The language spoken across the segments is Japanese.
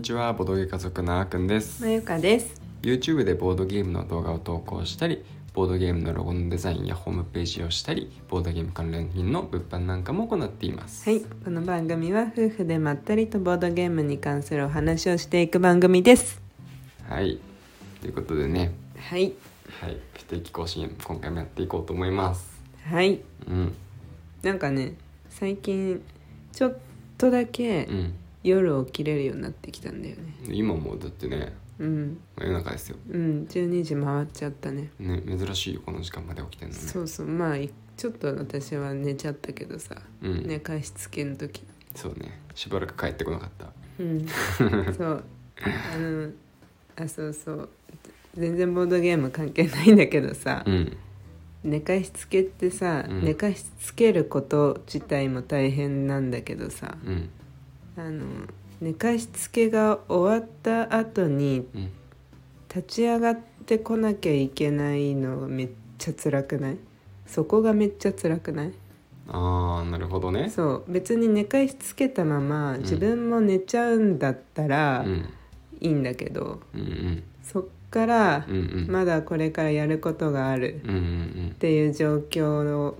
ちはボードゲー家族のあーくんですまゆかです。 YouTube でボードゲームの動画を投稿したりボードゲームのロゴのデザインやホームページをしたりボードゲーム関連品の物販なんかも行っていますはい、この番組は夫婦でまったりとボードゲームに関するお話をしていく番組です。はいということでねはい、はい不定期更新今回もやっていこうと思いますはい、うんなんかね、最近ちょっとだけうん夜起きれるようになってきたんだよね。今もうだってねうん、夜中ですようん、十二時回っちゃったね。ね珍しいよこの時間まで起きてるのねそうそう、まあいちょっと私は寝ちゃったけどさ、うんね加湿器の時。そうねしばらく帰ってこなかったうん、そう、あの、あ、そうそう。全然ボードゲーム関係ないんだけどさ、うん寝かしつけってさ、うん寝かしつけること自体も大変なんだけどさうんあの寝かしつけが終わった後にうん立ち上がってこなきゃいけないのがめっちゃ辛くないそこがめっちゃ辛くないああなるほどねそう別に寝かしつけたままうん自分も寝ちゃうんだったうらんいいんだけど、うんうんそっからうんうんまだこれからやることがあるうんうんっていう状況の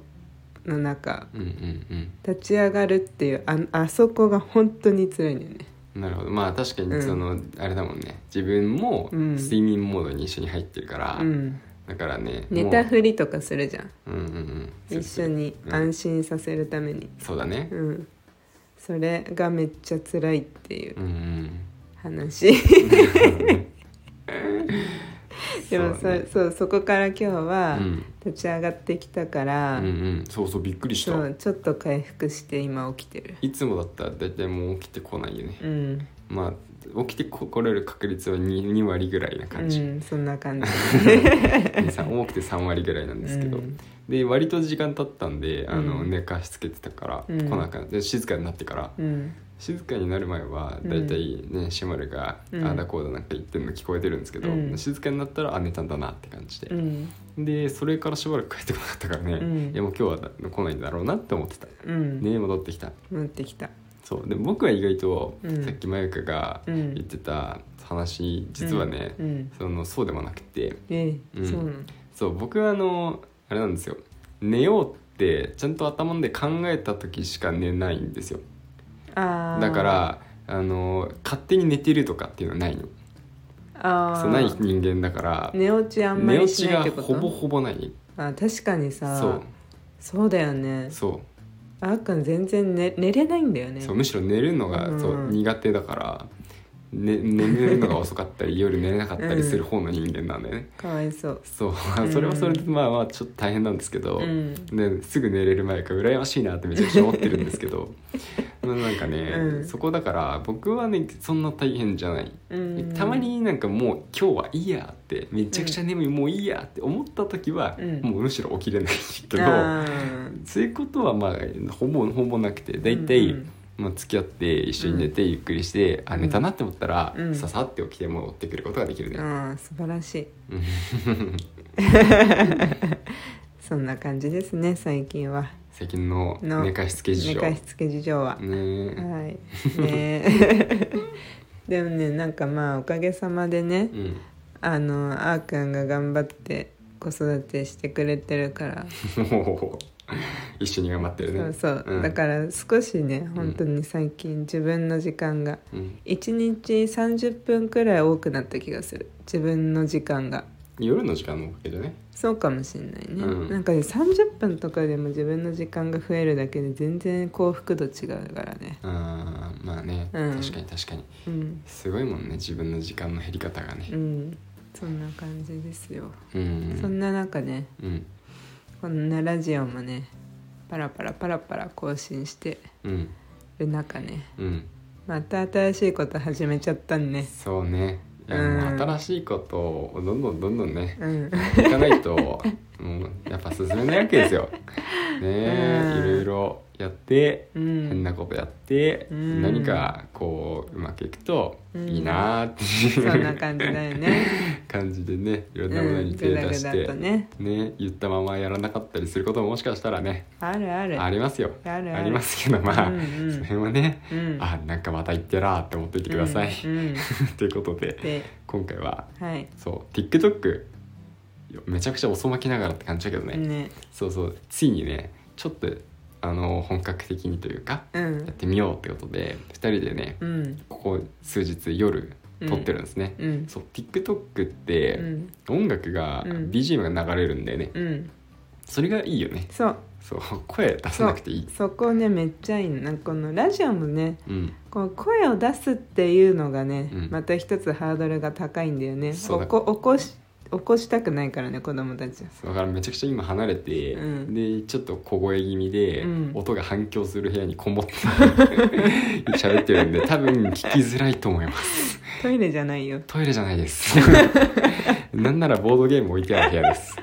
の中うんうんうん立ち上がるっていうああそこが本当に辛いんだよねうんなるほどまあ確かうにんその、あれだもんね自分もうん睡眠モードに一緒に入ってるから、うんだからね寝たふりとかするじゃんもううんうんうん一緒にうん安心させるためにそうだねうんそれがめっちゃ辛いっていううんうん 話でもそそうう,、ねそうそこから今日はうん立ち上がってきたかうら、んうんそうそうびっくりしそたうちょっと回復して今起きてるいつもだったら大体もう起きてこないよね、うん、まあ起きてこれる確率は 2, 2割ぐらいなう感じ、ん、そんな感じさ多くて3割ぐらいなんですけど、うんで割と時間経ったんであの、うん寝かしつけてたから、うん来なくなって静かになってから、うん静かになる前はうんだいたいねシマルがあうんーだこうだなんか言ってるの聞こえてるんですけど、うん静かになったらあ寝たんだなって感じでう、んでそれからしばらく帰ってこなかったからね、うんいやもう今日はだ来ないんだろうなって思ってた、うん、ね戻ってきた持ってきたそうで僕は意外と、うんさっきまゆかがう言んってた話実はね、うんうんそのそうでもなくて、ええうんそうなのそう僕はあのあれなんですよ寝ようってちゃんと頭で考えた時しか寝ないんですよあーだからあの勝手に寝てるとかっていうのはないのあーそうない人間だから寝落ちあんま寝り落しちないっがてことほぼほぼないあ確かにさそそうだよねうそあーくん全然寝寝れないんだようねそうむしろ寝るのが、うんそう苦手だから、ね、眠るのが遅かった り夜寝れなかったりする方の人間なんだよね、かわいそうそううんそれはそれでまあまあちょっと大変なんですけど、うんね、すぐ寝れる前から羨ましいなってめちゃくちゃ思ってるんですけ どまあなんかね、うんそこだから僕はねそんな大変じゃない、うんたまになんかもう今日はいいやってめちゃくちゃ眠い、もういいやって思った時は、うんもうむしろ起きれないけど、あーそういうことはまあほぼほぼなくて大体、うんまあ、付き合って一緒に寝てゆっくりして、あ寝たなって思ったら、うんささって起きて戻ってくることができるね。あー素晴らしいそんな感じですね最近は 最近のの寝かしつけ事寝情かしつけ事情はねは いねでもねなんかまあおかげさまでねうん、あのあーくんが頑張って子育てしてくれてるからもう 一緒に頑張ってるねそうそう、んだから少しね本当に最近自分の時間がうん1日30分くらい多くなった気がする自分の時間が夜の時間のおかげでねそうかもしんないね、うんなんかね30分とかでも自分の時間が増えるだけで全然幸福度違うからねあーまあね、うん確かに確かにうんすごいもんね自分の時間の減り方がうねんそんな感じですよ、うんそんな中ねうんこんなラジオもねパラパラパラパラ更新してうんる中ねうんまた新しいこと始めちゃったんねそうねいやうんもう新しいことをどんどんどんどんねうん やっていかないともうやっぱ進めないわけですよねえうんいろいいろやってう変んなことやって、うん何かこううまくいくといいなーってそんいう、な感じだ よね感じでねいろうんなものにん手グダ出グしダて、とねね言ったままやらなかったりすることももしかしたらねあるあるありますよあるあるりますけどまあ、うんうんその辺はね、うんあなんかまた言ってらーって思っていてください。うんうん ということでで今回ははいそう TikTok いやめちゃくちゃ遅まきながらって感じだけどね、ねそうそうついにねちょっとあの本格的にというかうやっんてみようってことで2人でねうんここ数日夜うん撮ってるんですね、うんそう TikTok っうてん音楽がうん BGM が流れるんだよね、うんそれがいいよねそうそう声出さなくていいそこねめっちゃいいのなんかこのラジオもねうんこの声を出すっていうのがね、うんまた一つハードルが高いんだよねそうだ起こ起こし起こしたくないからね子供たちはだからめちゃくちゃ今離れて、うんでちょっと小声気味で、うん音が反響する部屋にこ もって喋ってるんで多分聞きづらいと思いますトイレじゃないよトイレじゃないです なんならボードゲーム置いてある部屋です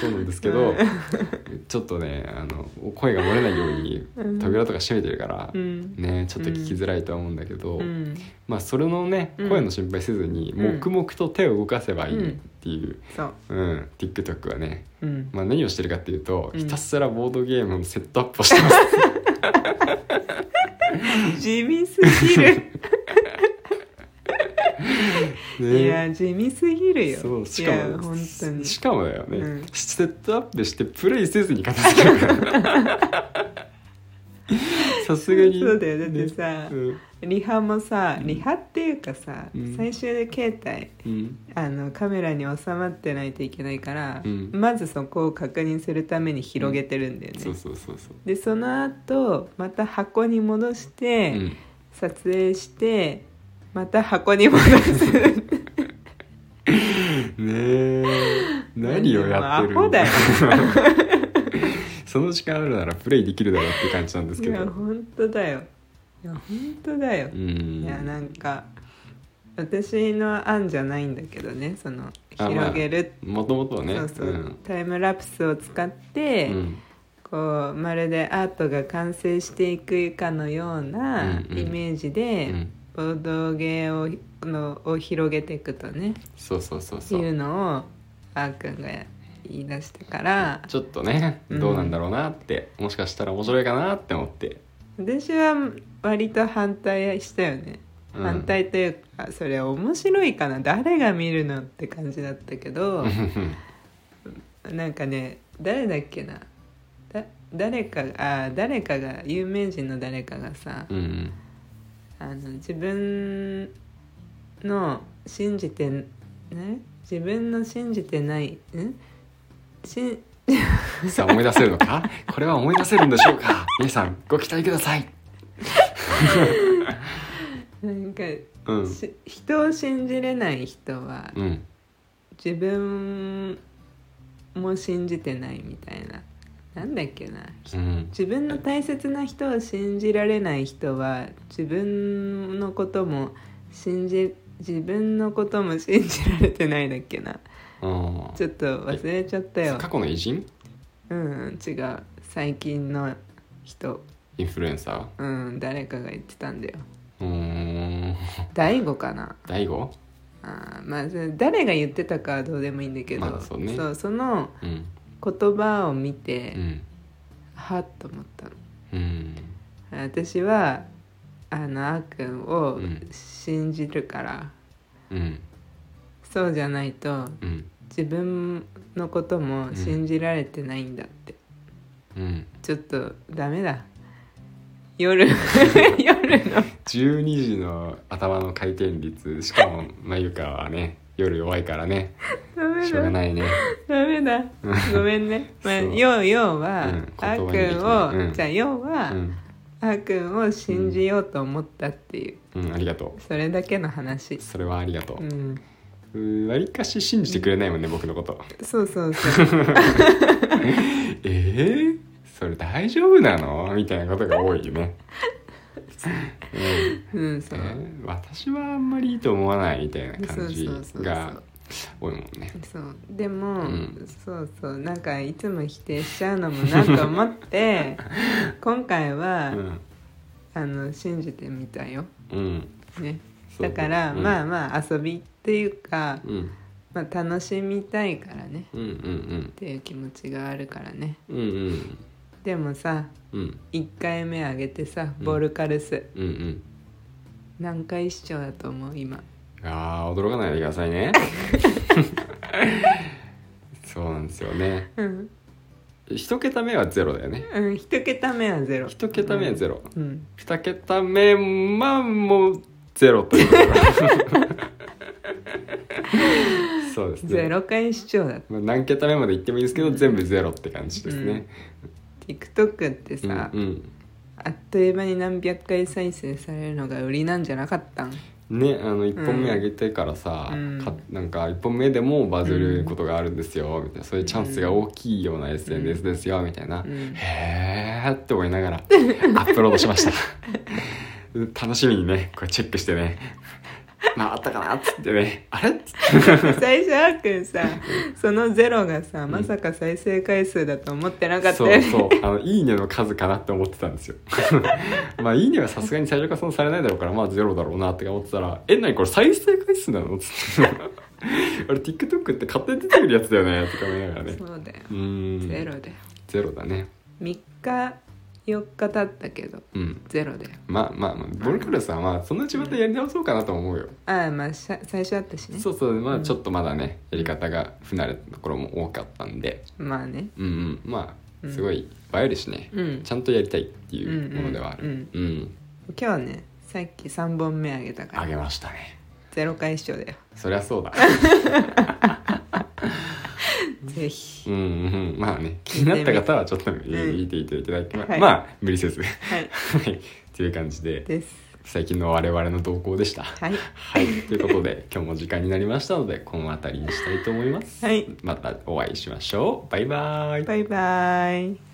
そうなんですけど、うんちょっとねあの声が漏れないようにうん扉とか閉めてるから、うんねちょっと聞きづらいとは思うんだけど、うんまあそれのねうん声の心配せずにうん黙々と手を動かせばいいっていう、そううん TikTok はね、うんまあ、何をしてるかっていうと、うんひたすらボードゲームのセットアップをして ます地味すぎるねいや地味すぎるよそうしいかやも本当にしかもだよね、うんセットアップしてプレイせずに片付けるから さすがにそうだよだってさうんリハもさうんリハっていうかさ、うん最終で携帯うんあのカメラに収まってないといけないから、うんまずそこを確認するために広げてるんだよね、そうそうそうそう、でその後また箱に戻して、うん、撮影してまた箱に戻 すねえ何をやってるもうアホだよ その時間あるならプレイできるだろうって感じなんですいけどや本当だよいや本当だよう、んいやなんか私の案じゃないんだけどねそのあまあ広げる、もともとはねそうそう、タイムラプスを使って、うんうんこうまるでアートが完成していくかのようなうんうんイメージで、うんボードゲーをのを広げていくとねそうそうそういそううのをあーくんが言い出してからちょっとねうんどうなんだろうなって、もしかしたら面白いかなって思って私は割と反対したよね、うん反対というかそれ面白いかな誰が見るのって感じだったけ どなんかね誰だっけなだ誰かがあー誰かが有名人の誰かがさ、うんうんあの自分の信じてね自分の信じてないんしんさあ思い出せるのかこれは思い出せるんでしょう か皆さんご期待くださいなんか、うんし人を信じれない人はうん自分も信じてないみたいななんだっけなうん自分の大切な人を信じられない人は自分のことも信じ自分のことも信じられてないだっけなうんちょっと忘れちゃったよ過去の偉人うん違う最近の人インフルエンサーうん誰かが言ってたんだようーん大悟かな大悟あーまあそれ誰が言ってたかはどうでもいいんだけど、まあそうねそのうん言葉を見て、うんはっと思ったのうん私はあのあーくんをうん信じるから、うんそうじゃないとうん自分のことも信じられてないんだって、うんちょっとダメだ夜 夜の12時の頭の回転率しかも眉香はね夜弱いからねダメだしょうがないねダメだ。ごめんね。まあ、そうようようは、うんあー言葉にできないくんうを、ん じゃあようは、うん、あーくんを信じようと思ったっていう、うん、ありがとそれだけの話う。それはありがとうん。ううわりかし信じてくれないもんね僕のこと そうそうそう。えー、それ大丈夫なのみたいなことが多いよ ね、うんうん、そえう。ー私はあんまりいいと思わないみたいな感じそうそうそうそうが多いもんねそうでも、うんそうそうなんかいつも否定しちゃうのもなと思って 今回は、うんあの信じてみたよ、うんね、そうだから、うんまあまあ遊びっていうか、うんまあ、楽しみたいからねうんうんっていう気持ちがあるからねうんうんうんでもさうん1回目上げてさうんボルカルス、うんうん何回視聴だと思う今あー驚かないでくださいね そうなんですよねうん、一桁目はゼロだよねうん、1桁目はゼロ一桁目はゼロ、ロうん、二桁目まあもうゼロということで そうですねゼロ回視聴だっまあ、何桁目まで行ってもいいですけど、全部ゼロって感じですね、て TikTok ってうん、さ、うんあっという間に何百回再生されるのが売りなんじゃなかったんねあの1本目上げてからさ、うんかなんか1本目でもバズることがあるんですよ、みたいなそういうチャンスが大きいような SNS ですよ、みたいな、うんへーって思いながら アップロードしました 楽しみにねこれチェックしてね回ったかなっつってねあれっつって 最初あっくんさそのゼロがさまさか再生回数だと思ってなかったそようねそうあの「いいね」の数かなって思ってたんですよ まあ「いいね」はさすがに最初からそんなされないだろうからまあゼロだろうなって思ってたら「えなにこれ再生回数なの?」っつって 「あれ TikTok って勝手に出てくるやつだよね」とか思いながらねそうだようーんゼロだよゼロだね3日4日経ったけどうんゼロだよまあまあまあボルカルさんはまあそんなちまたやり直そうかなと思うよ、ああまあしゃ最初あったしねそうそうまあちょっとまだねやり方が不慣れたところも多かったんでまあねうんうんまうあんすごい映えるしね、うんちゃんとやりたいっていうものではあるうんうん、今日ねさっき3本目あげたかあらげましたねゼロ回視聴だよそりゃ そうだぜひうんうんまあね気になった方はちょっと見うん見ていていただきま,、はいまあ無理せずははいいっていう感じでです最近の我々の動向でしたはいはいということで今日も時間になりましたのでこの辺りにしたいと思います、はいまたお会いしましょうバイバイバイバイ